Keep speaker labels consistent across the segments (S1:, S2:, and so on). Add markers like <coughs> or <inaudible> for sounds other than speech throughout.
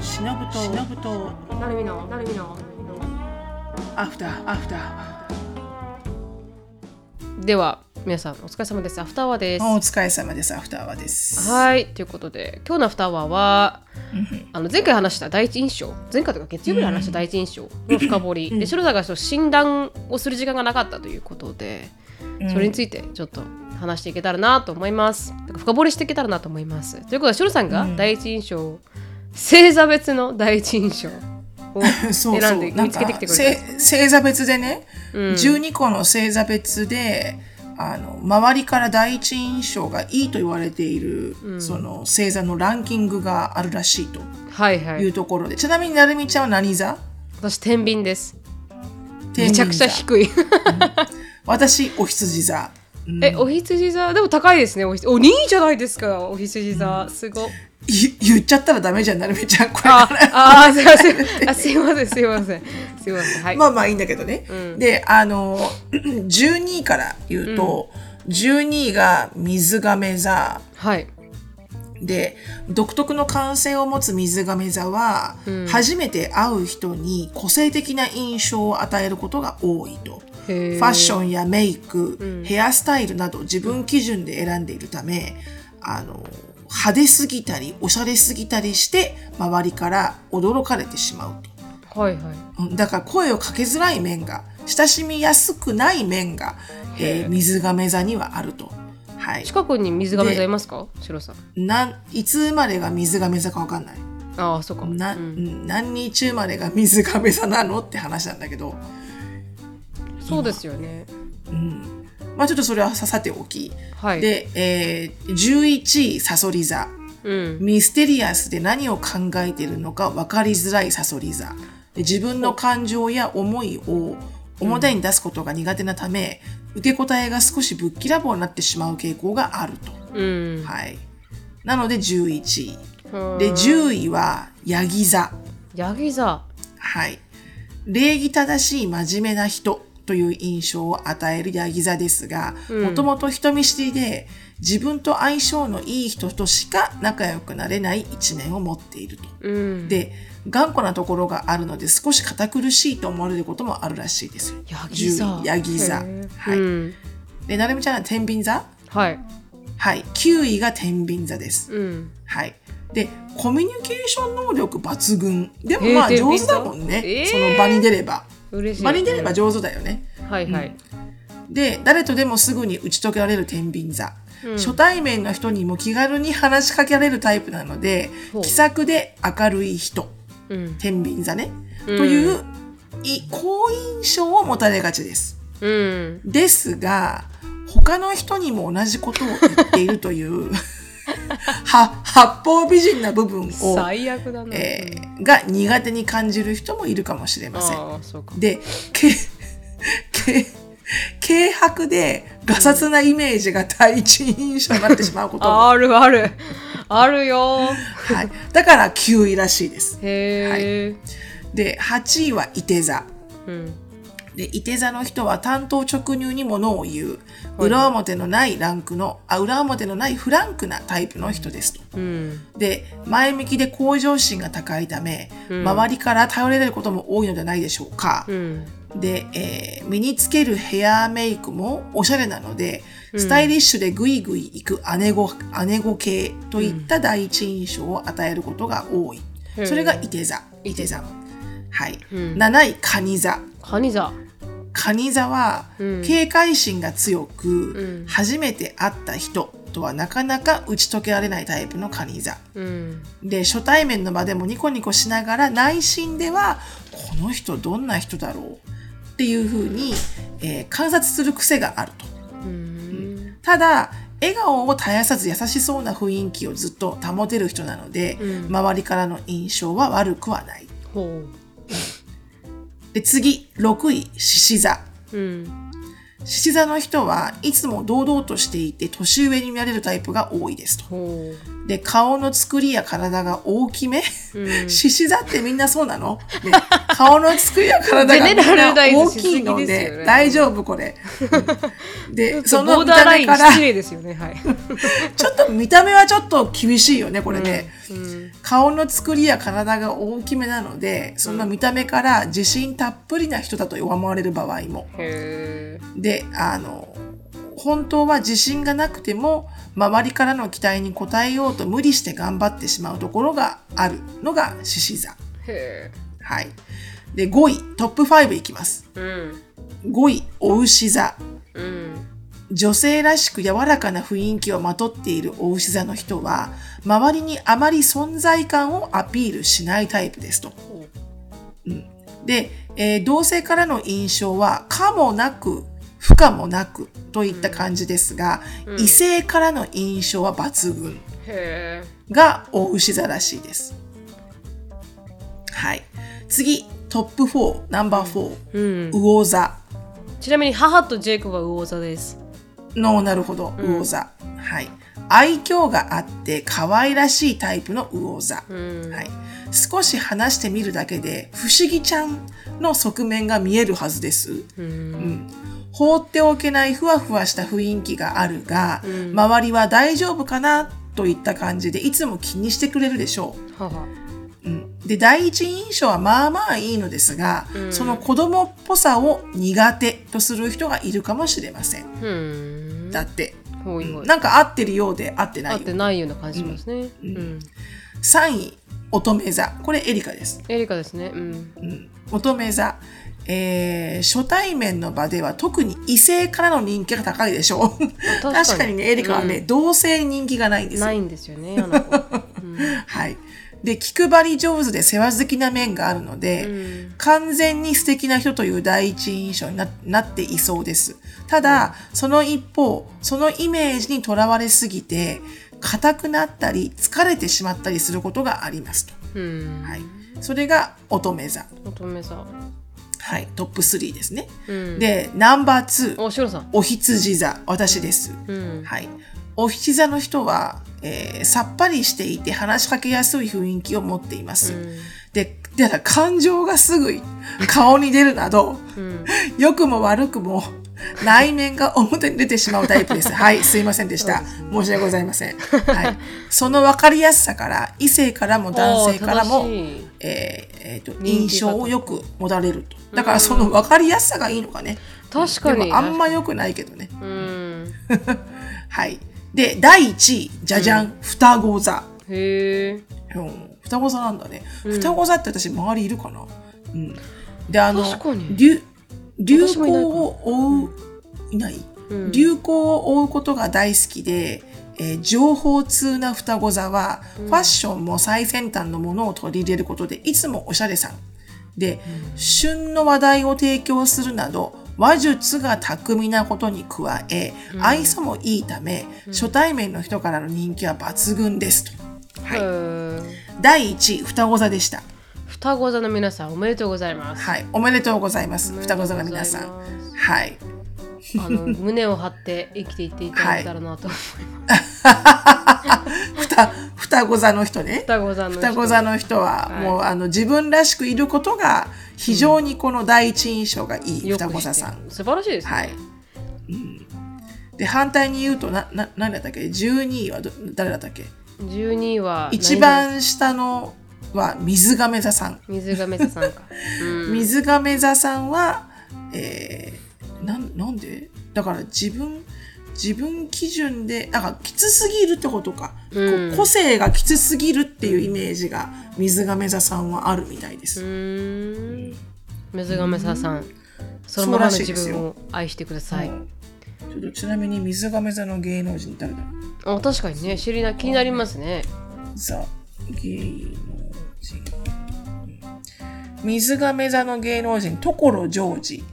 S1: 忍ぶと忍ぶと
S2: なるみのなるみの
S1: アフターアフター
S2: では皆さんお疲れ様ですアフターワーで
S1: お疲れ様ですアフターはです
S2: すはいということで今日のアフターワーはあの前回話した第一印象前回というか月曜日に話した第一印象の深掘り、で白田がその診断をする時間がなかったということでそれについてちょっと話していけたらなと思います、深掘りしていけたらなと思いますということで白田さんが第一印象、星座別の第一印象を
S1: <laughs> そう
S2: 選
S1: そ
S2: ん
S1: う
S2: で
S1: な
S2: 見
S1: ん
S2: つけて
S1: か
S2: きてくれたん
S1: せ
S2: です
S1: 星座別でね、
S2: うん
S1: 12個の星座別であの周りから第一印象がいいと言われている、その星座のランキングがあるらしいと
S2: はいはい
S1: いうところで、ちなみになるみちゃんは何座
S2: 私天秤です
S1: 天
S2: め
S1: 秤
S2: ち
S1: 座
S2: ゃくちゃ低い
S1: 私お羊座
S2: えお羊座でも高いですねおひお2位じゃないですかお羊座す
S1: <laughs>
S2: ごっ
S1: い言っちゃったらダメじゃんなるみちゃんこれ
S2: ああーすいませんあすいませんすいませんすいませんはい、
S1: まあまあいいんだけどね。で、あの、12位から言うと、12位が水亀座。
S2: はい
S1: で、独特の感性を持つ水亀座は、初めて会う人に個性的な印象を与えることが多いと。フ
S2: へー
S1: ァッションやメイク、ヘアスタイルなど自分基準で選んでいるため、あの、派手すぎたり、おしゃれすぎたりして、周りから驚かれてしまうと。
S2: はいはい
S1: うんだから声をかけづらい面が親しみやすくない面が、えー水亀座にはあると。はい、
S2: 近くに水がめ座いますか白さん
S1: なんいつ生まれが水亀座かわかんない
S2: ああそうか
S1: な、
S2: う
S1: うんん、何日生まれが水亀座なのって話なんだけど、
S2: そうですよね
S1: うんまあ、ちょっとそれはささておき、
S2: はい
S1: で、えー11位さそり座
S2: うん
S1: ミステリアスで何を考えているのか分かりづらいさそり座で自分の感情や思いを表に出すことが苦手なため、受け答えが少しぶっきらぼうになってしまう傾向があると。
S2: うん
S1: はい。なので11位。
S2: で
S1: で、10位は、ヤギ座。
S2: ヤギ座
S1: はい。礼儀正しい真面目な人という印象を与えるヤギ座ですが、もともと人見知りで、自分と相性のいい人としか仲良くなれない一面を持っていると。
S2: うん
S1: で、頑固なところがあるので少し堅苦しいと思われることもあるらしいですよ。
S2: ヤギ座
S1: 10位ヤギ座。
S2: へー
S1: はい。
S2: うん
S1: で、なるみちゃんは天秤座
S2: はい
S1: はい。9位が天秤座です。
S2: うん
S1: はい。で、コミュニケーション能力抜群。でも
S2: えー
S1: まあ
S2: 天
S1: 上
S2: 秤
S1: 手
S2: 座
S1: だもんね。
S2: えー
S1: その場に出れば。
S2: 嬉しい
S1: 場に出れば上手だよね。
S2: はいはい
S1: で、誰とでもすぐに打ち解けられる天秤座。初対面の人にも気軽に話しかけられるタイプなので
S2: ほ、う
S1: 気さくで明るい人。
S2: うん
S1: 天秤座ね。という、い好印象を持たれがちです。
S2: うん
S1: ですが他の人にも同じことを言っているという <laughs> は八方美人な部分を、
S2: 最悪だな、
S1: えーが苦手に感じる人もいるかもしれません。
S2: ああそうか
S1: でけけ軽薄でガサツなイメージが第一印象になってしまうことも、
S2: あるあるあるよ
S1: はい、だから9位らしいです。
S2: へえ、
S1: で8位は伊手座。
S2: うん
S1: で、いて座の人は担当直入にものを言う、
S2: はい
S1: 裏表のないランクの、あ、裏表のないフランクなタイプの人ですと。
S2: うん
S1: で、前向きで向上心が高いため、周りから頼れることも多いのではないでしょうか。
S2: うん
S1: で、えー身につけるヘアメイクもおしゃれなので、スタイリッシュでグイグイいく姉子、姉子系といった第一印象を与えることが多い。
S2: うん
S1: それがいて座。いて座。はい。
S2: うん
S1: 7位、カニ座。
S2: カニ座
S1: カニ座は、
S2: うん
S1: 警戒心が強く、
S2: ん
S1: 初めて会った人とはなかなか打ち解けられないタイプのカニ座
S2: うん
S1: で初対面の場でもニコニコしながら内心ではこの人どんな人だろうっていうふうに、えー観察する癖があると
S2: うん
S1: ただ笑顔を絶やさず優しそうな雰囲気をずっと保てる人なので、
S2: うん
S1: 周りからの印象は悪くはない
S2: ほ
S1: で次6位獅子座
S2: ううん
S1: 獅子座の人はいつも堂々としていて年上に見られるタイプが多いですと。
S2: ほ <laughs>
S1: で、顔の作りや体が大きめ
S2: うん
S1: 獅子座ってみんなそうなの、ね、顔のつくや体がみんな
S2: ゼネラルダイズ
S1: 大きいの
S2: しすぎですよ
S1: で
S2: ね
S1: 大丈夫こ
S2: <laughs>
S1: れ。うんで
S2: ちょ
S1: そ
S2: っと
S1: の
S2: ボー
S1: 見
S2: ダー
S1: た
S2: ライ
S1: 目
S2: ン
S1: から
S2: 失礼ですよねはい、
S1: ちょっと見た目はちょっと厳しいよねこれね。
S2: うん
S1: 顔の作りや体が大きめなのでその見た目から自信たっぷりな人だと思われる場合も。
S2: へ
S1: であの本当は自信がなくても周りからの期待に応えようと無理して頑張ってしまうところがあるのが獅子座。
S2: えへ
S1: はい。で5位トップ5いきます。
S2: えうん
S1: 5位お牛座。
S2: うん
S1: 女性らしく柔らかな雰囲気をまとっているお牛座の人は周りにあまり存在感をアピールしないタイプですと。で、えー同性からの印象は可もなく不可もなくといった感じですが、
S2: うん
S1: 異性からの印象は抜群
S2: へえ
S1: が大牛座らしいです。はい。次、トップ4、ナンバー4、
S2: うん、
S1: 魚座。
S2: ちなみに母とジェイコブは魚座です。
S1: の、なるほど、
S2: うん
S1: 魚座。はい。愛嬌があって可愛らしいタイプの魚座。
S2: うん
S1: はい。少し話してみるだけで、不思議ちゃんの側面が見えるはずです。
S2: うん
S1: うん放っておけないふわふわした雰囲気があるが、
S2: うん
S1: 周りは大丈夫かなといった感じでいつも気にしてくれるでしょ
S2: 母
S1: う。うん、で第一印象はまあまあいいのですが、
S2: うん
S1: その子供っぽさを苦手とする人がいるかもしれません。
S2: うん
S1: だって、
S2: ほいほい
S1: なんか合ってるようで合ってな
S2: 合っ
S1: い
S2: て
S1: よ。
S2: ないような感じしますね。うん
S1: 3位乙女座これエリカです。
S2: エリカですね。うん
S1: うん乙女座、えー初対面の場では特に異性からの人気が高いでしょう確
S2: か
S1: か
S2: に
S1: にねエリカはね、同性人気がないんですよ
S2: ないんです
S1: <laughs>
S2: よね。あの子
S1: はいで気配り上手で世話好きな面があるので、
S2: うん
S1: 完全に素敵な人という第一印象にななっていそうですただ、その一方そのイメージにとらわれすぎて硬くなったり疲れてしまったりすることがありますと、
S2: うん
S1: はい、それが乙女座、
S2: 乙女座。
S1: はい、トップ3ですね
S2: うん
S1: で、ナンバー2、
S2: おしろさん。
S1: お羊座、私です。
S2: うん
S1: はい。お羊座の人は、えーさっぱりしていて話しかけやすい雰囲気を持っています。で、ただ感情がすぐ顔に出るなど、
S2: うん
S1: 良くも悪くも内面が表に出てしまうタイプ
S2: <laughs>
S1: です。はい、すいませんでした。申し訳ございません。はい。その分かりやすさから、異性からも男性から
S2: お
S1: も、
S2: ー正しい
S1: えーえーと、
S2: 人
S1: 印
S2: 気が高い
S1: 象をよく持たれると。だからその分かりやすさがいいのかね。
S2: 確かに
S1: でもあんま良くないけどね。
S2: うん
S1: はい。で、第1位、じゃじゃん、双子座。
S2: へえ
S1: うん、双子座なんだね。
S2: うん
S1: 双子座って私、周りいるかなうん。で、あの
S2: 確か、に
S1: 流流
S2: 私もいない
S1: 行
S2: かな
S1: を追う、いない
S2: うん
S1: 流行を追うことが大好きで、えー情報通な双子座は、ファッションも最先端のものを取り入れることでいつもおしゃれさんで、旬の話題を提供するなど話術が巧みなことに加え、愛想もいいため、初対面の人からの人気は抜群ですと。はい
S2: うん
S1: 第1位、双子座でした。
S2: 双子座の皆さんおめでとうございます。
S1: はい。おめでとうございま
S2: お
S1: す。
S2: めで
S1: 双
S2: とう
S1: 子
S2: ござ
S1: 座の
S2: いま
S1: 皆
S2: す
S1: さん。はい。
S2: あの胸を張って生きていっていただけたらなと思います。
S1: 双双子座の人ね。
S2: 双子座の人
S1: 双子座の人は、
S2: はい
S1: もうあの自分らしくいることが非常にこの第一印象がいい、
S2: よく
S1: 双子座さ
S2: 知って
S1: ん。
S2: る素晴らしいですね。
S1: はい。うん、で反対に言うとなな何だったっけ12位はど誰だったっけ
S2: 12位は
S1: 一番下のは水亀座さん。
S2: 何水亀座さ
S1: <laughs>
S2: んか。うん
S1: 水亀座さんは、えー、なんなんでだから自分自分基準でなんかきつすぎるってことか、
S2: うん
S1: こ個性がきつすぎるっていうイメージが水亀座さんはあるみたいで
S2: う
S1: す。
S2: ーん水亀座さん、そのままの自分を愛してください。
S1: うんちょっとちなみに水亀座の芸能人誰だろう
S2: あ確かにね、知りな気になりますね。
S1: ザ芸能人うん水亀座の芸能人所ジョージ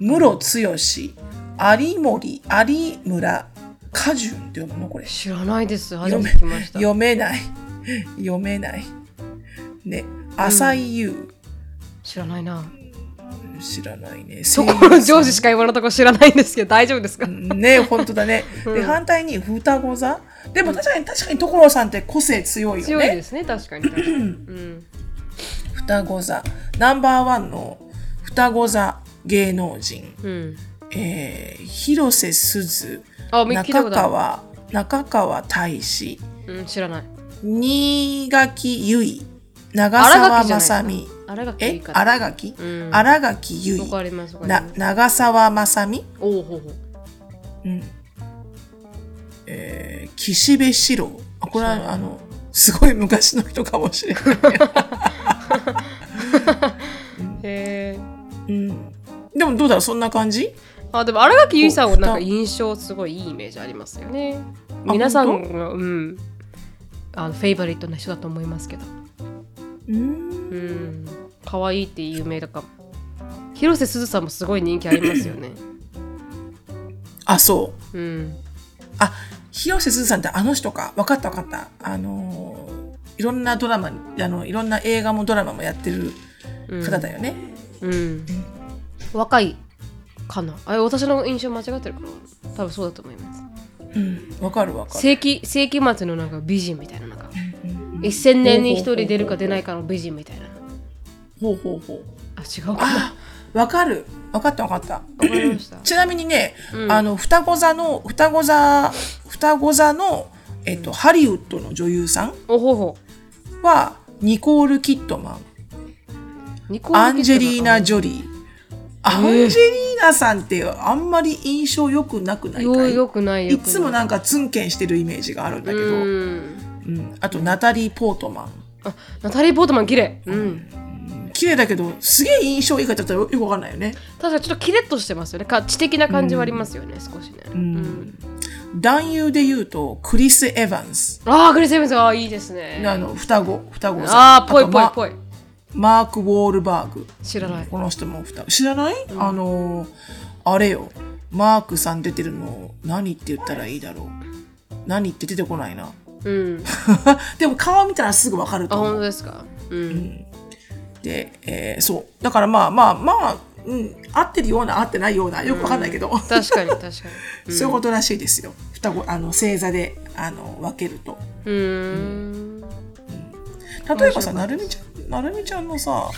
S1: 室剛有森有村果順って読むのこれ
S2: 知らないです。初めて聞きました。
S1: 読めない <laughs> 読めないね浅井優、
S2: 知らないな。
S1: 知らないね。
S2: ところジョージしか今のところ知らないんですけど大丈夫ですか、
S1: ね本当だね。
S2: <laughs> うん
S1: で反対に双子座でも確かに確かに所さんって個性強いよ
S2: 強い
S1: ね。
S2: ですね確 <clears throat> かに確かに、うん、
S1: 双子座ナンバーワンの双子座芸能人、
S2: うん、
S1: えー広瀬すず
S2: あみ聞いた
S1: 中
S2: ことあ
S1: 川中川大志
S2: る、うん、知らない
S1: 新垣結衣長澤まさみ
S2: 新垣い
S1: え
S2: いから
S1: 新垣
S2: うんわ
S1: 新垣結
S2: か
S1: 衣
S2: りますわかり
S1: な
S2: ます
S1: 長澤まさみ、
S2: おおほうほ
S1: う
S2: う
S1: んえー岸辺四郎あこれはあのすごい昔の人かもしれない、
S2: へえ
S1: うん、でもどうだろうそんな感じ
S2: あでも新垣結衣さんはなん
S1: お
S2: か
S1: 二
S2: 印象すごいいいイメージありますよね
S1: あ
S2: 皆さ
S1: 本
S2: んがうんあのフェイバリットな人だと思いますけど
S1: うん
S2: うん可愛いって有名だかも広瀬すずさんもすごい人気ありますよ <laughs> ね
S1: あそう
S2: うん
S1: あ広瀬すずさんってあの人か分かった分かったあのーいろんなドラマにあのいろんな映画もドラマもやってる
S2: うん
S1: 方だよね、
S2: うん若いかなあれ私の印象間違ってるかな多分そうだと思います
S1: うん、分かる分かる
S2: 世紀世紀末のなんか美人みたいななんか1000年に1人出るか出ないかの美人みたいな
S1: ほうほうほう
S2: あ違 <laughs> うかな
S1: あ分かる分かった分か
S2: <coughs>
S1: った
S2: わかりました
S1: ちなみにね、
S2: うん
S1: あの双子座の双子座双子座の、えっとハリウッドの女優さん
S2: おほほ
S1: はニコール・キットマン
S2: ニコ
S1: アンジェリーナ・
S2: ョ
S1: ジョリーアンジェリーナさんってあんまり印象良くなくないか
S2: よ
S1: い
S2: よくないよ
S1: い
S2: くない
S1: つもなんかツンケンしてるイメージがあるんだけど、う
S2: うんん
S1: あとナタリー・ポートマン
S2: あナタリー・ポートマン綺麗うん
S1: 綺麗だけどすげえ印象いい方だったらよくわかんないよね
S2: 確かにちょっとキレッとしてますよねか知的な感じはありますよね少しねうん
S1: 男優で言うとクリス・エヴァンス
S2: ああグリス・エヴァンスああいいですね
S1: あの双子双子さん
S2: ああぽいぽい
S1: あと
S2: ぽい
S1: ママーク・ウォールバーグ
S2: 知らない
S1: この人も双子知らない、あのーあれよマークさん出てるの何って言ったらいいだろう何って出てこないな <laughs>
S2: うん
S1: でも顔見たらすぐわかる
S2: あ
S1: と思う
S2: 本当ですかうん
S1: で、えーそうだからまあまあまあ、うん、合ってるような合ってないようなよくわかんないけ <laughs> ど、
S2: 確かに確かに
S1: そういうことらしいですよ双子あの星座であの分けると
S2: うーん
S1: 例えばさなるみちゃんなるみちゃんのさ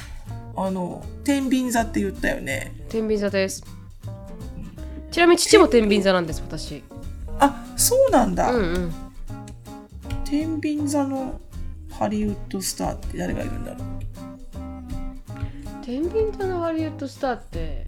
S1: あの天秤座って言ったよね
S2: 天秤座ですちなみに父も天秤座なんです私
S1: あそうなんだ、
S2: うんうん
S1: 天秤座のハリウッドスターって誰がいるんだろう
S2: 天秤座のハリウッドスターって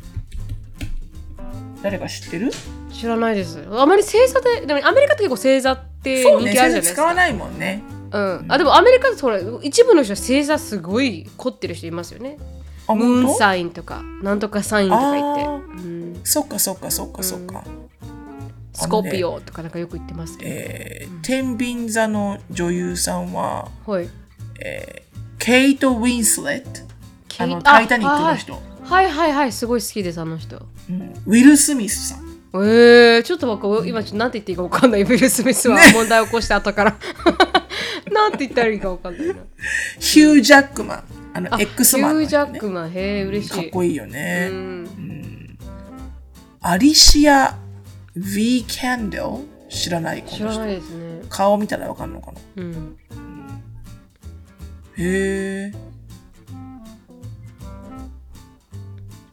S1: 誰か知ってる
S2: 知らないですあまり星座ででもアメリカって結構星座って人
S1: そう
S2: 気ある
S1: ね
S2: じゃな
S1: 全
S2: い
S1: 然
S2: です
S1: 使わ
S2: か
S1: ないもんね
S2: うん、あでもアメリカってそれ一部の人は星座すごい凝ってる人いますよね
S1: あ
S2: ム
S1: 本
S2: ー
S1: 当
S2: ンサインとかなんとかサインとか言って、
S1: あ
S2: うん、
S1: そっかそっかそっかそっか、
S2: スコーピオとかなんかよく言ってますけど、
S1: えー天秤座の女優さんは
S2: はい
S1: ケイト・ウィンスレット
S2: ケ
S1: あ
S2: イ
S1: の
S2: あ
S1: タイタニックの人、
S2: はいはいはいはいすごい好きですあの人
S1: うんウィル・スミスさん
S2: えー、ちょっとわか今ちょっとなんて言っていいかわかんないウィル・スミスは問題を起こした後から <laughs> なんて言ったらいいかわかんないな
S1: ヒュー・ジャックマンあの
S2: あ
S1: X マン
S2: ヒュ
S1: の
S2: ージャ
S1: 人
S2: ッ
S1: ね、
S2: クマンへえ嬉しい
S1: かっこいいよね、
S2: うん、
S1: アリシア・ヴィー・キャンデル知らないこ
S2: 知
S1: の
S2: ら
S1: 人
S2: ないですね、
S1: 顔見たらわかるのかな
S2: うん、
S1: へえ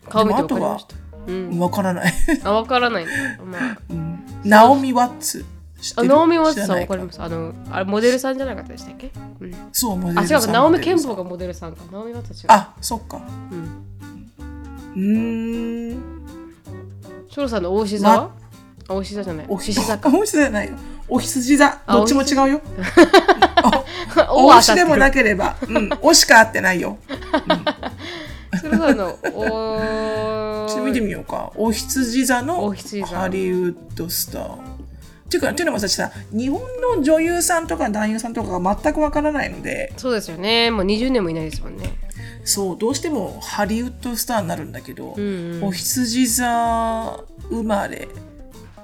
S2: 顔見てわかりましたうん、
S1: わからない <laughs>
S2: あわからない、まあ、
S1: ナオミ・ワッツ知って
S2: あ
S1: る
S2: ナオミ・ワッツさんわ
S1: 知
S2: からり
S1: ない
S2: ますあのあれモデルさんじゃなかったでしたっけ、うん、
S1: そうモデ
S2: あ
S1: ル
S2: 違
S1: さん
S2: うかナオ
S1: モ
S2: ミ・
S1: デ
S2: ケ
S1: ル
S2: ン
S1: さん
S2: ボがモデルさんかナオミ・ワッツは違う
S1: あそっか
S2: うん
S1: うーん
S2: ショロさんの大牛座はあ大牛座じゃない
S1: おひ
S2: 獅
S1: ざ <laughs>
S2: 子座か
S1: おひざじゃないよおひつじ座
S2: あ
S1: どっちも違うよお
S2: お
S1: 推しでも
S2: な <laughs>
S1: なければうん推しか合ってないよ
S2: ショロさんのお
S1: ちょっと見てみようかおひつじ座の
S2: お羊座
S1: ハリウッドスターていうか、ていうのもさ、ちょっとさ日本の女優さんとか男優さんとかが全くわからないので、
S2: そうですよねもう20年もいないですもんね
S1: そうどうしてもハリウッドスターになるんだけど、
S2: ん
S1: お羊座生まれ、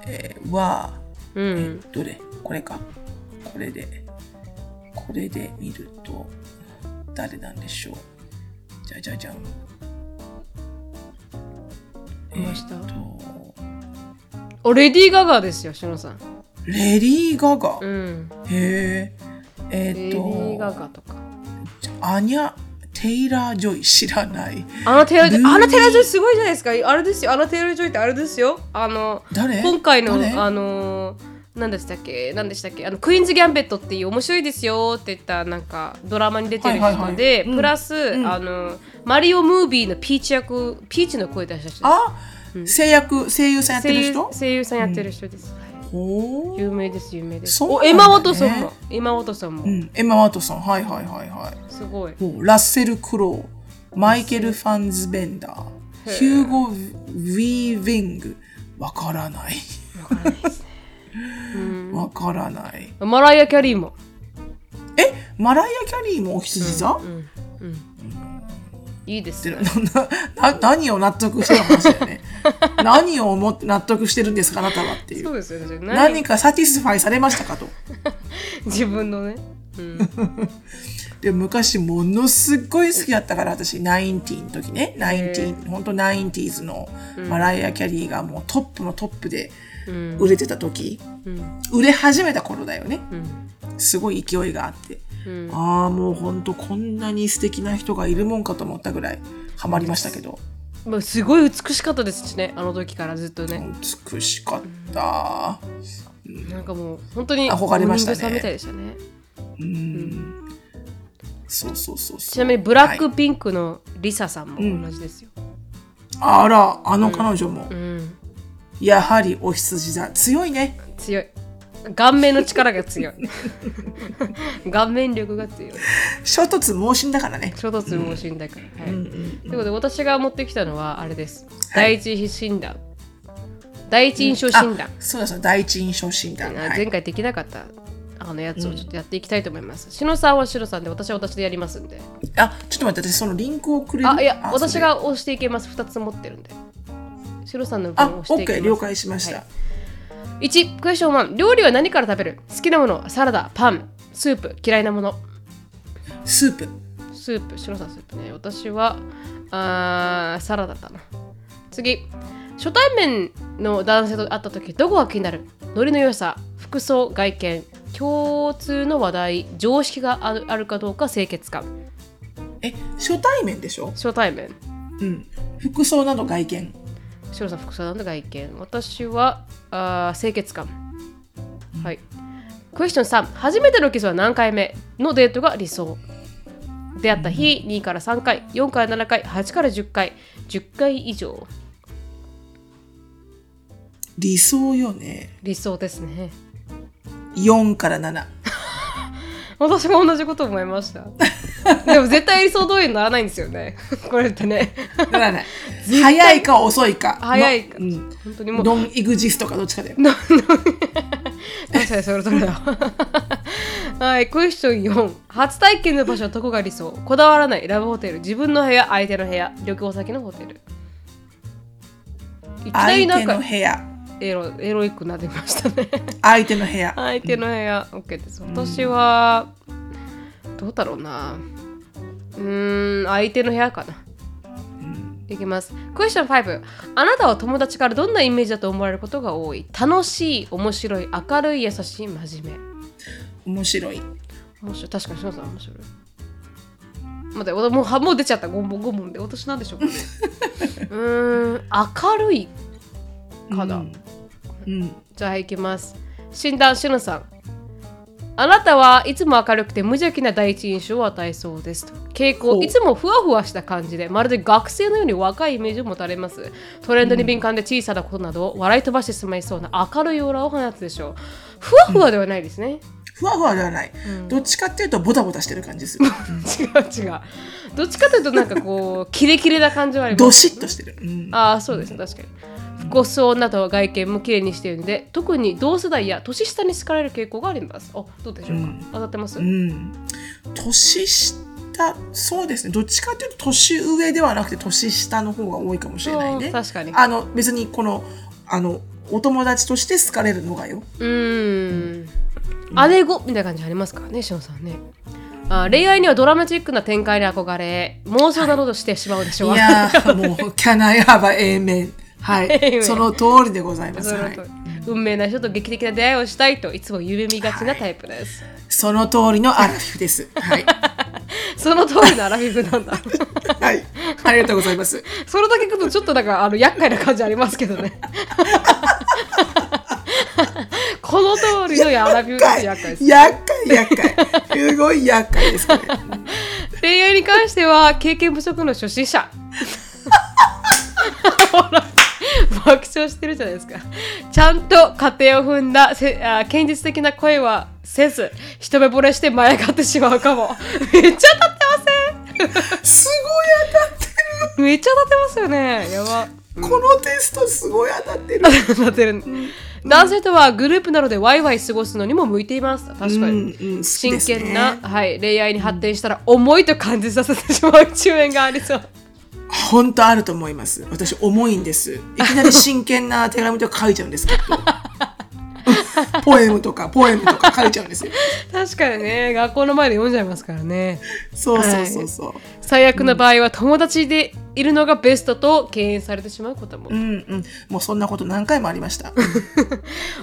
S1: えーは
S2: うん
S1: どれこれかこれでこれで見ると誰なんでしょうじゃじゃじゃん
S2: いました、
S1: と
S2: おレディー・ガガですよしのさん、
S1: レディー・ガガ
S2: う。ん、
S1: へえ。え
S2: レ
S1: っ、
S2: デ
S1: と
S2: ィー・ガガとか
S1: アニャ・テイラー・ジョイ知らない。
S2: アナテイラージョ
S1: ルー
S2: イ
S1: ニー
S2: アナテイラージョイすごいじゃないですかあれですよアナテイラージョイってあれですよあの
S1: 誰
S2: 今回の
S1: 誰
S2: あの何でしたっけ何でしたっけあのクイーンズ・ギャンベットっていう面白いですよって言ったなんかドラマに出てる
S1: はいはいは
S2: 人
S1: い
S2: で、
S1: うん
S2: プラス、
S1: ん
S2: あのマリオムービーのピーチ役ピーチの声出した人で
S1: あ、声役、声優さんやっ
S2: す
S1: て
S2: 声
S1: る
S2: 優
S1: 人
S2: 声優さんやってる人です、はい
S1: おー
S2: 有名です有名です
S1: そうなん
S2: お
S1: だね
S2: エマ・ワトソンもエマ・ワトソンも、
S1: うん、エマ・ワトソン。はいはいはいはい。
S2: すごい
S1: おラッセル・クロウ、マイケル・ファンズベンダー、ヒューゴ・ウィーヴィング。わからない。
S2: わからないですね、うん
S1: わからない。
S2: マライア・キャリーも
S1: え、マライア・キャリーもお羊座、
S2: うんうんいいですね
S1: なな何を納得してる話だよ
S2: <laughs>
S1: ね。何を思って納得してるんですか、あなたはってい。
S2: そううですよね
S1: 何かサティスファイされましたかと。
S2: 自分のね、うん、
S1: で昔ものすっごい好きだったから私ナインティの時ねナインティーン本当ナインティーズのマライア・キャリーがもうトップのトップで
S2: うん
S1: 売れてた時、
S2: うん
S1: 売れ始めた頃だよね
S2: うん
S1: すごい勢いがあって、
S2: うん
S1: ああもう本当こんなに素敵な人がいるもんかと思ったぐらいハマりましたけど
S2: まあ、すごい美しかったですしねあの時からずっとね
S1: 美しかった
S2: なんかもう本当に
S1: 憧れましたね
S2: モーニングさんみたいでしたね
S1: うん、そうそうそうそう
S2: ちなみにブラッ
S1: は
S2: ク
S1: い
S2: ピンクのリサさんも同じですよ、
S1: あらあの彼女も、
S2: うん、
S1: やはりお羊座強いね
S2: 強い顔面の力が強い <laughs> 顔面力が強い
S1: 衝突猛進だからね
S2: 衝突盲信だから、はい
S1: うんうん
S2: ということで私が持ってきたのはあれです、
S1: はい
S2: 第一診断第一印象診断、
S1: そうだそうだ第一印象診断。
S2: あ
S1: はい
S2: 前回できなかったあのやつをちょっとやっていきたいと思います。しのさんはしのさんで私は私でやりますんで。
S1: あ、ちょっと待って、私そのリンクをくれる。
S2: あいや
S1: そ
S2: 私
S1: れ
S2: が押していけます。2つ持ってるんで。しのさんの分
S1: あ
S2: を、
S1: オ
S2: 押して
S1: ッ
S2: いきま
S1: ケ
S2: す。
S1: ー、了解しまし
S2: は
S1: た。
S2: い。1、クエスチョン1。料理は何から食べる好きなもの、サラダ、パン、スープ、嫌いなもの。
S1: スープ。
S2: スープ、しのさんスープね。私はあーサラダだな。次、初対面の男性と会った時どこが気になるノリの良さ、服装、外見、共通の話題、常識があるあるかどうか、清潔感。
S1: え、初対面でしょ。
S2: 初対面、
S1: うん。服装など外見。
S2: しのさん服装なんで外見。私はあー清潔感。はい。クエスチョン3、初めてのキスは何回目のデートが理想出会った日、2から3回、4から7回、8から10回、10回以上。
S1: 理想よね。
S2: 理想ですね
S1: 四から七。
S2: 私も同じこと思いましたでも絶対理想通りにならないんですよね <laughs> これっ
S1: <laughs>
S2: てね
S1: ならない。早いか遅いか。
S2: 早いか
S1: のうん。
S2: 本当にもう
S1: ドンイグジスとかどっちか
S2: <laughs>
S1: だよ。
S2: 確かにそれぞれだはいクエスチョン4初体験の場所はどこが理想こだわらないラブホテル自分の部屋相手の部屋旅行先のホテルいきな
S1: 相
S2: りな
S1: 手
S2: ん
S1: の
S2: か
S1: 部屋。
S2: エロエロいくなってましたね
S1: <laughs> 相手の部屋。
S2: 相手の部屋 OK です私はどうだろうなうーん相手の部屋かなできます。クエスチョン5。あなたは友達からどんなイメージだと思われることが多い楽しい、面白い、明るい、優しい、真面目。
S1: 面白い。
S2: 面白い。確かに、しのさん面白い。待って、おもうはもう出ちゃった。ご問ご問で。私なんでしょうか、ね、うーん、明るいかな。
S1: うん。うん。
S2: じゃあ、いきます。診断、しのさん。あなたはいつも明るくて無邪気な第一印象を与えそうですと。傾
S1: ほ
S2: 向、
S1: う
S2: いつもふわふわした感じで、まるで学生のように若いイメージを持たれます。トレンドに敏感で小さなことなどを笑い飛ばしてしまいそうな明るいオーラを放つでしょう。ふわふわではないですね。
S1: ふわふわではない。
S2: うん
S1: どっちかっていうとボタボタしてる感じ
S2: <laughs>
S1: する。
S2: 違う違う。どっちかというと、なんかこう、キレキレな感じはあります。
S1: どしっとしてる。うん。
S2: ああそうですね確かに服装などは外見も綺麗にしているので特に同世代や年下に好かれる傾向がありますあどうでしょうか、
S1: うん
S2: 当たってます、
S1: うん、年下そうですねどっちかというと年上ではなくて年下の方が多いかもしれないね
S2: あー確かに
S1: あの別にこのあのお友達として好かれるのがよ
S2: うーん姉子みたいな感じありますからねしのさんねあー恋愛にはドラマチックな展開に憧れ妄想などとしてしまうでし
S1: い
S2: ょう、
S1: やーもう「Can I have a amen?」は
S2: Anyway
S1: い。その通りでございます。
S2: その
S1: はい
S2: と。運命な人と劇的な出会いをしたいといつも夢見がちなタイプです、
S1: その通りのアラフィフです。はい。
S2: その通りのアラフィフなんだ
S1: はい。ありがとうございます。
S2: それだけ聞くとちょっとなんかあの厄介な感じありますけどねこの通りのアラフィフです厄介です
S1: 厄介、厄介。すごい厄介です、これ。
S2: 恋愛に関しては経験不足の初心者 <laughs> ほら爆笑してるじゃないですかちゃんと家庭を踏んだせあ現実的な声はせず一目惚れして舞い上がってしまうかもめっちゃ当たって
S1: すごい当たって
S2: ません <laughs> めっちゃ当たってますよねやば
S1: る。このテストすごい当たってる。
S2: 当たってる男性とはグループなどでワイワイ過ごすのにも向いています確かに、
S1: うん、好き
S2: 真
S1: ですね
S2: 剣な、。はい、恋愛に発展したら重いと感じさせてしまう中縁がありそう
S1: 本当あると思います。私、重いんです。いきなり真剣な手紙とか書いちゃうんですけど。
S2: <laughs>
S1: ポエムとか、ポエムとか書いちゃうんですよ。
S2: 確かにね学校の前で読んじゃいますからね
S1: そうそうそうそう。
S2: 最悪な場合は友達でいるのがベストと敬遠されてしまうことも、
S1: うんうん。もうそんなこと何回もありました。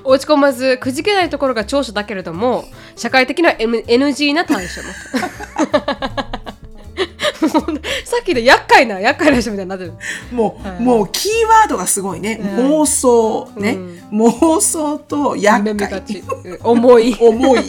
S2: 落ち込まずくじけないところが長所だけれども社会的な M- NG な対処も <laughs> もうさっきで厄介な厄介な人みたいになってる
S1: もう、
S2: はい
S1: もうキーワードがすごいね。妄想、ね。
S2: うん
S1: 妄想と
S2: 夢
S1: 厄
S2: 見が
S1: 介。
S2: ちうん重い <laughs>
S1: 重い。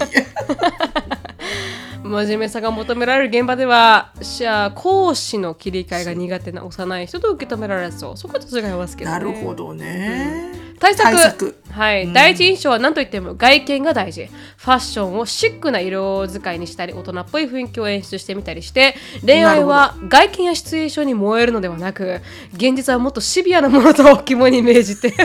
S2: 真面目さが求められる現場ではしゃ講師の切り替えが苦手な幼い人と受け止められそうそこは違いますけど、ね、
S1: なるほどね。
S2: 対策
S1: 対策
S2: はい、第一印象は何といっても外見が大事ファッションをシックな色使いにしたり大人っぽい雰囲気を演出してみたりして恋愛は外見やシチュエーションに燃えるのではなく現実はもっとシビアなものと肝に銘じて <laughs>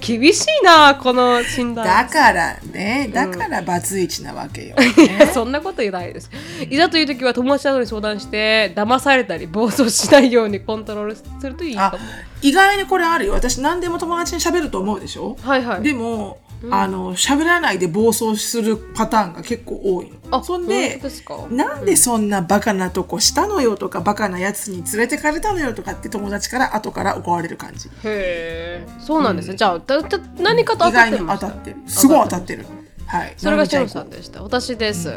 S2: 厳しいなこの診断
S1: だからね、だからバツイチなわけよ。
S2: い <laughs> やそんなこと言わないです。いざという時は友達などに相談して騙されたり暴走しないようにコントロールするといいか
S1: あ
S2: も。
S1: 意外にこれあるよ私何でも友達に喋ると思うでしょ、
S2: はいはい。
S1: でも、あの喋らないで暴走するパターンが結構多いの
S2: あ
S1: そん
S2: 本
S1: で
S2: 当ですか
S1: なんでそんなバカなとこしたのよとかバカなやつに連れてかれたのよとかって友達から後から怒られる感じ
S2: へえ。そうなんですね。じゃあだだ何かと当
S1: 意
S2: たっ
S1: 外
S2: て
S1: に
S2: ま
S1: 当
S2: し
S1: っ
S2: た
S1: てるすごい当たってるはい
S2: それがシ
S1: な
S2: ョ
S1: の
S2: ン
S1: で
S2: さんでした。私です。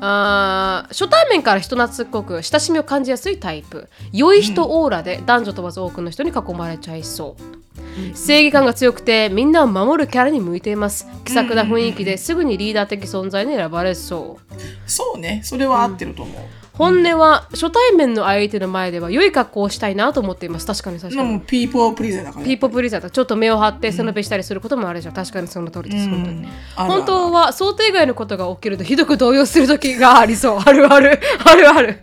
S2: あー初対面から人懐っこく親しみを感じやすいタイプ良い人オーラで男女問わず多くの人に囲まれちゃいそう、正義感が強くてみんなを守るキャラに向いています気さくな雰囲気ですぐにリーダー的存在に選ばれそう
S1: そうねそれは合ってると思う、
S2: 本音は初対面の相手の前では良い格好をしたいなと思っています確かに確か
S1: で
S2: に、
S1: もピーポープリゼンだから
S2: ピーポプリザーとちょっと目を張って背伸びしたりすることもあるじゃん確かにその通りです、本当に
S1: あるある
S2: 本当は想定外のことが起きるとひどく動揺する時がありそう <laughs> あるあるあるある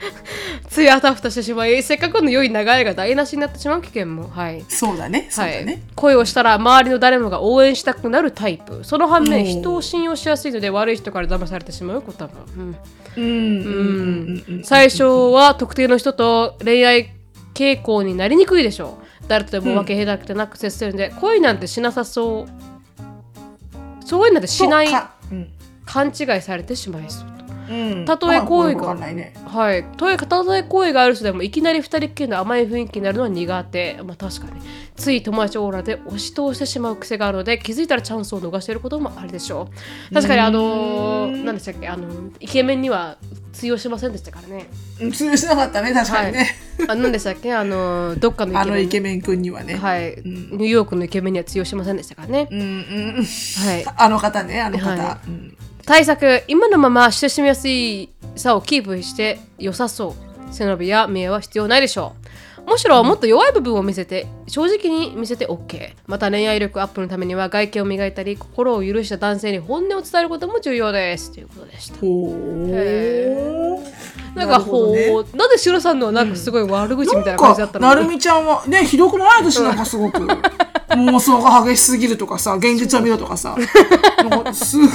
S2: ついあたふたしてしまいせっかくの良い流れが台無しになってしまう危険もはい
S1: そうだねそう
S2: は
S1: だ
S2: い
S1: ね、
S2: 恋をしたら周りの誰もが応援したくなるタイプその反
S1: う
S2: 面
S1: ん
S2: 人を信用しやすいので悪い人から騙されてしまうことも、うん
S1: うんうんうんうんうん
S2: 最初は特定の人と恋愛傾向になりにくいでしょう誰とでも分け隔てなく接するんで、恋なんてしなさそうそういうのでしない
S1: そうかうん
S2: 勘違いされてしまいそう
S1: うん
S2: たとえ行為が
S1: わかんないね
S2: はいとえたとえ恋がある人でもいきなり二人っきりの甘い雰囲気になるのは苦手まあ確かについ友達オーラで押し通してしまう癖があるので気づいたらチャンスを逃していることもあるでしょう確かにあの
S1: うーん
S2: 何でしたっけあのイケメンには通用しませんでしたからね
S1: うん通用しなかったね確かにね、
S2: あ何でしたっけあのどっかのイケメ
S1: あ
S2: ン
S1: のイケメン君にはね、
S2: は
S1: ん
S2: い、ニューヨークのイケメンには通用しませんでしたからね。
S1: うんうん、
S2: はい、
S1: あの方ねあの方、
S2: は
S1: うん、
S2: 対策、今のまま親しみやすいさをキープして良さそう。背伸びや見栄は必要ないでしょう。むしろもっと弱い部分を見せて、正直に見せて OK。また恋愛力アップのためには外見を磨いたり、心を許した男性に本音を伝えることも重要です。ということでした。
S1: ほ
S2: へ
S1: ー
S2: なんか
S1: るほど
S2: ほう、
S1: ね
S2: なんでシロさんのはなんかすごい悪口みた
S1: な
S2: いなん感じだった
S1: か
S2: の
S1: なるみちゃんはねひどくない私なんかすごく妄想が激しすぎるとかさ現実を見ろとかさなんかすごい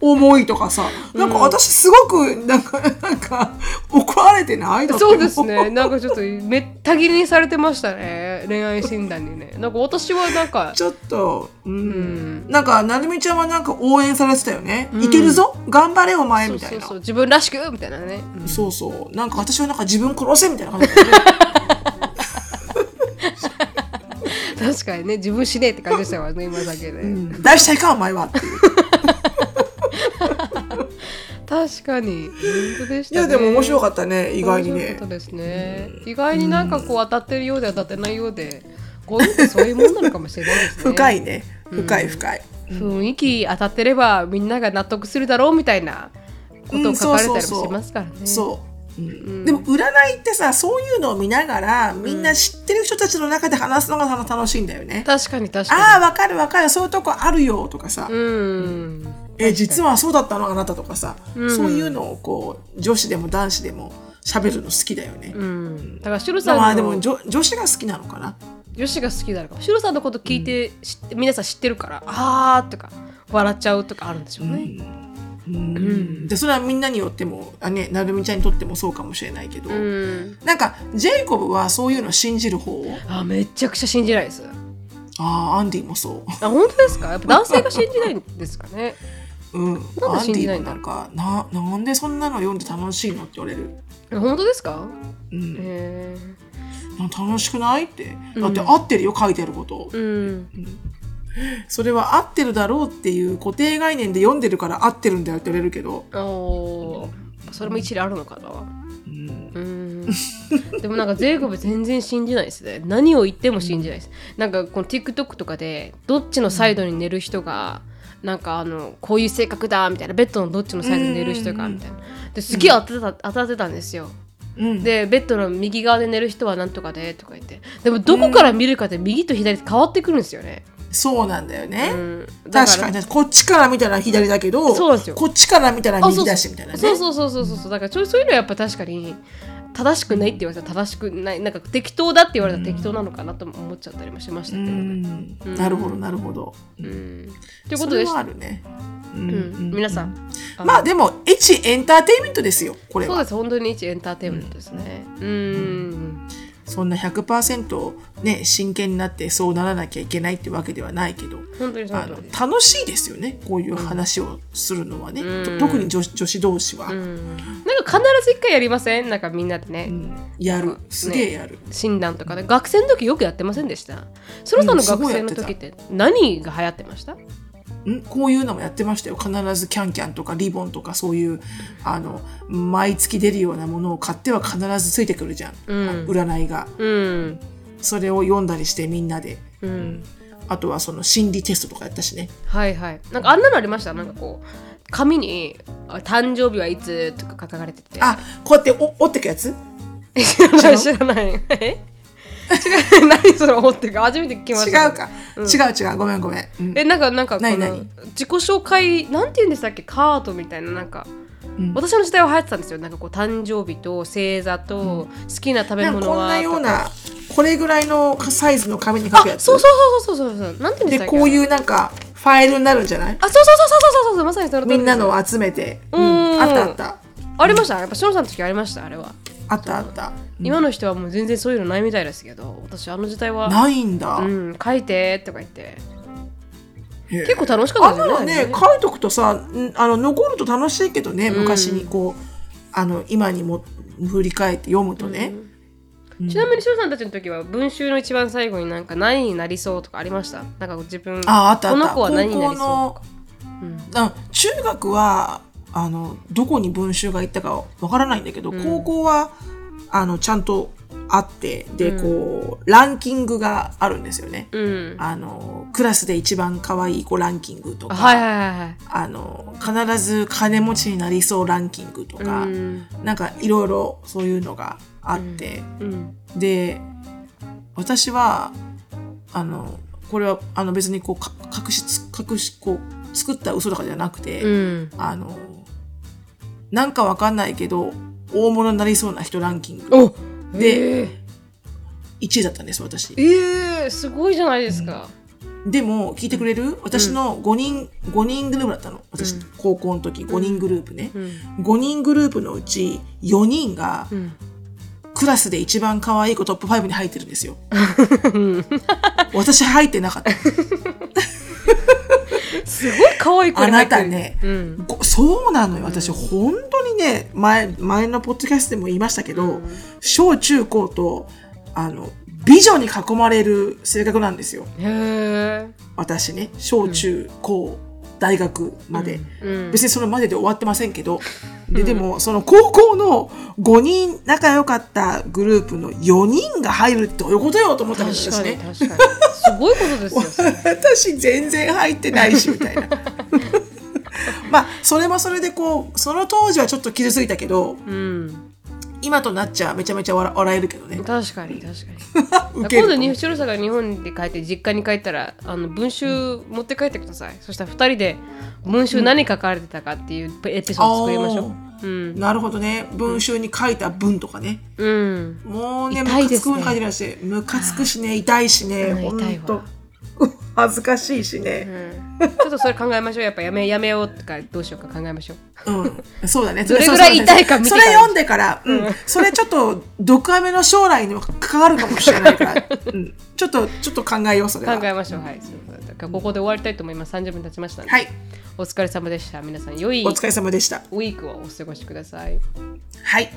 S1: 重いとかさなんか私すごくなんかなんか怒られてないだって
S2: そうですね。なんかちょっとめった切りにされてましたね。恋愛診断にね。なんか私はなんか、
S1: ちょっと、うん
S2: ん
S1: なんかなるみちゃんはなんか応援されてたよね、いけるぞ頑張れお前
S2: そう
S1: みたい
S2: そう
S1: な
S2: そう自分らしくみたいなね。
S1: そうそう。なんか私はなんか自分殺せみたいな感じだったね。
S2: かにね自分死ねえって感じでしたよね今だけで、
S1: うん、大したいかお前はっていう
S2: 確かに本当でし
S1: い
S2: たね
S1: やでも面白
S2: かっ
S1: かったね意外に
S2: 面白
S1: ね
S2: かったですね、意外になんかこう当たってるようで当たってないようでゴルフってそういうもんなのかもしれないですね
S1: <laughs> 深いね深い深い、
S2: 雰囲気当たってればみんなが納得するだろうみたいなことを書かれたりもしますからね。
S1: そう、うん
S2: うん
S1: でも占いってさそういうのを見ながらみんな知ってる人たちの中で話すのが楽しいんだよね、
S2: 確かに確
S1: ああ
S2: か
S1: わかるわかるそういうとこあるよとかさ、
S2: に。うん。
S1: え実はそうだったのあなたとかさ、
S2: うん
S1: そういうのをこう女子でも男子でも喋るの好きだよね、
S2: うん。だからシロさんの、
S1: まあでも女女子が好きなのかな
S2: 女子が好きだからシロさんのこと聞いて、知って皆さん知ってるからあーとか笑っちゃうとかあるんでしょうね。
S1: でそれはみんなによってもあ、ね、なるみちゃんにとってもそうかもしれないけど、
S2: うん。
S1: なんかジェイコブはそういうの信じる方
S2: あめちゃくちゃ信じないです。
S1: ああアンディもそ
S2: あ本当ですか？やっぱ男性が信じないんですかね。
S1: う、うん、
S2: なん
S1: ア
S2: で
S1: ン
S2: 信
S1: デ
S2: じ
S1: ィ
S2: ない
S1: も
S2: んだ
S1: な
S2: ろ
S1: んかななんでそんなの読んで楽しいのって言われる、
S2: <laughs> 本当ですか？
S1: うん、
S2: え
S1: な楽しくないって
S2: うん
S1: だって合ってるよ書いてること、
S2: えうん。
S1: それは合ってるだろうっていう固定概念で読んでるから合ってるんだよって言われるけど、
S2: おーそれも一理あるのかな。
S1: うん、
S2: う <laughs> ーんでもなんかジェイコブ全然信じないですね何を言っても信じないですなんかこの TikTok とかでどっちのサイドに寝る人が、なんかあのこういう性格だみたいなベッドのどっちのサイドに寝る人が
S1: うん
S2: みたいなですげえ当てた当たってたんですよ
S1: うん、
S2: でベッドの右側で寝る人はなんとかでとか言ってでもどこから見るかで右と左って変わってくるんですよね、
S1: そうなんだよね、
S2: うん、だ
S1: 確からにこっちから見たら左だけど
S2: そうなんですよ
S1: こっちから見たら
S2: あそ
S1: 右
S2: うそう
S1: だしみたいなね
S2: そうそうそうそうそうそうだからちょそういうのはやっぱ確かに正しくないって言われたら正しくないなんか適当だって言われたら適当なのかなとも思っちゃったりもしました
S1: う
S2: けどね。
S1: ん
S2: うん
S1: なるほどなるほど
S2: うんということでし
S1: それはあるね、う
S2: うんん、皆さんあの
S1: まあでも一エンターテインメントですよこれ
S2: そう
S1: は
S2: です本当に一エンターテインメントですね。うん
S1: そんな100%ね真剣になってそうならなきゃいけないってわけではないけど
S2: 本当にそう
S1: あ
S2: だ
S1: の
S2: ね。
S1: 楽しいですよねこういう話をするのはね、
S2: うん
S1: と特に女子女子同士は、
S2: うんなんか必ず一回やりませんなんかみんなで
S1: う
S2: ね
S1: んやるすげえやる、
S2: 診断とかね学生の時よくやってませんでしたそろそろ
S1: うんす
S2: 学
S1: ごい
S2: 生
S1: やっ
S2: の
S1: てた
S2: 時って何が流行ってました
S1: んこういうのもやってましたよ必ずキャンキャンとかリボンとかそういうあの毎月出るようなものを買っては必ずついてくるじゃん、
S2: うん
S1: あの占いが
S2: うん
S1: それを読んだりしてみんなで
S2: うん
S1: あとはその心理テストとかやったしね
S2: はいはいなんかあんなのありましたなんかこう紙にあ「誕生日はいつ?」とか書かれて <laughs> て
S1: あこうやってお折ってくやつ
S2: 知らない知らないえ <laughs> 違う何それ思ってか初めて聞きま
S1: 違う
S2: した
S1: か、違う違うごめんごめん、うん
S2: えなんかなんかこの
S1: 何
S2: 自己紹介なんて言うんでしたっけカードみたいななんか、
S1: うん
S2: 私の時代は流行ってたんですよなんかこう誕生日と星座と、好きな食べ
S1: なんか
S2: 物は
S1: こんなよう
S2: とか
S1: なこれぐらいのサイズの紙に書
S2: あ
S1: くやつ
S2: そうそうそうそうそうそうなんて言うんでし
S1: で
S2: たっけ
S1: こういううなんかファイルになるんじゃない
S2: あそうそうそうそうそうそうまさにその通
S1: み
S2: りです
S1: んなのを集めて、
S2: うん
S1: あったあった
S2: ありましたやっぱしのさんの時ありましたあれは
S1: あったあった
S2: 今の人はもう全然そういうのないみたいですけど私あの時代は
S1: ないんだ、
S2: うん書いてとか言って
S1: へえ
S2: 結構楽しか
S1: あ
S2: っ
S1: ん
S2: た
S1: な
S2: で
S1: の
S2: す
S1: ね書いとくとさんあの残ると楽しいけどね昔にこう、あの今にも振り返って読むとね、
S2: ちなみにしのさんたちの時は文集の一番最後になんか何になりそうとかありましたなんか自分
S1: ああったあ
S2: こ
S1: った
S2: の子は何になりそう
S1: 高校のあ中学はあのどこに文集が行ったかわからないんだけど、高校はあのちゃんとあってでこうランキングがあるんですよね、
S2: うん
S1: あのクラスで一番可愛い子ランキングとか、
S2: はいはいはいはい
S1: あの必ず金持ちになりそうランキングとか、
S2: うん
S1: なんかいろいろそういうのがあって、
S2: うん
S1: で私はあのこれはあの別にこうか隠しつ隠しこう作った嘘とかじゃなくて、
S2: うん
S1: あのなんかわかんないけど大物になりそうな人ランキング
S2: お
S1: で
S2: えー
S1: 1位だったんです私
S2: えーすごいじゃないですか
S1: でも聞いてくれる私の5人、五人グループだったの私、
S2: うん
S1: 高校の時5人グループね、
S2: うん
S1: 五5人グループのうち4人が
S2: うん
S1: クラスで一番可愛い子トップ5に入ってるんですよ私入ってなかった
S2: すごい可愛い子に入ってる
S1: あなたね
S2: うん
S1: ごそうなのよ私、本当にね前前のポッドキャストでも言いましたけど、小中高とあの美女に囲まれる性格なんですよ。
S2: へえ
S1: 私ね、小中高、大学まで。
S2: うん
S1: 別にそれまでで終わってませんけど、で、でも、その高校の5人仲良かったグループの4人が入るってどういうことよと思ったんです
S2: 確かに
S1: ね。
S2: 確かにすごいことですよそれ
S1: 私全然入ってないし、みたい
S2: <laughs>
S1: な。まあ、それもそれでこう、その当時はちょっと傷ついたけど、
S2: うん
S1: 今となっちゃめちゃめちゃ笑笑えるけどね。
S2: 確かに確かに
S1: 受け
S2: 今度
S1: る
S2: に白さんが日本で帰って実家に帰ったらあの文集持って帰ってください、そしたら2人で文集何書かれてたかっていうエピソード作りましょううん
S1: なるほどね。文集に書いた文とかね。
S2: うん
S1: もうね、ム
S2: 痛い
S1: カ
S2: で
S1: つ
S2: す
S1: く
S2: ね
S1: もん書いてらっしゃる。ムカつくしね、痛いしね、
S2: うん
S1: ほ
S2: 痛い
S1: ん
S2: わ
S1: と。恥ずかしいしね。
S2: うんちょっとそれ考えましょうやっぱやめやめようとかどうしようか考えましょう
S1: うん、そうだね。
S2: どれぐらい
S1: そうそう
S2: 痛いか見て
S1: そ
S2: から
S1: れ読んでから、うん、それちょっと、毒飴の将来にも関わるかもしれないから、うん、ちょっと、ちょっと考えよう、それは。
S2: 考えましょうはいそうだからここで終わりたいと思います30分経ちましたね
S1: はい、
S2: お疲れ様でした皆さん良い
S1: お疲れ様でした。
S2: ウィークをお過ごしください
S1: はい。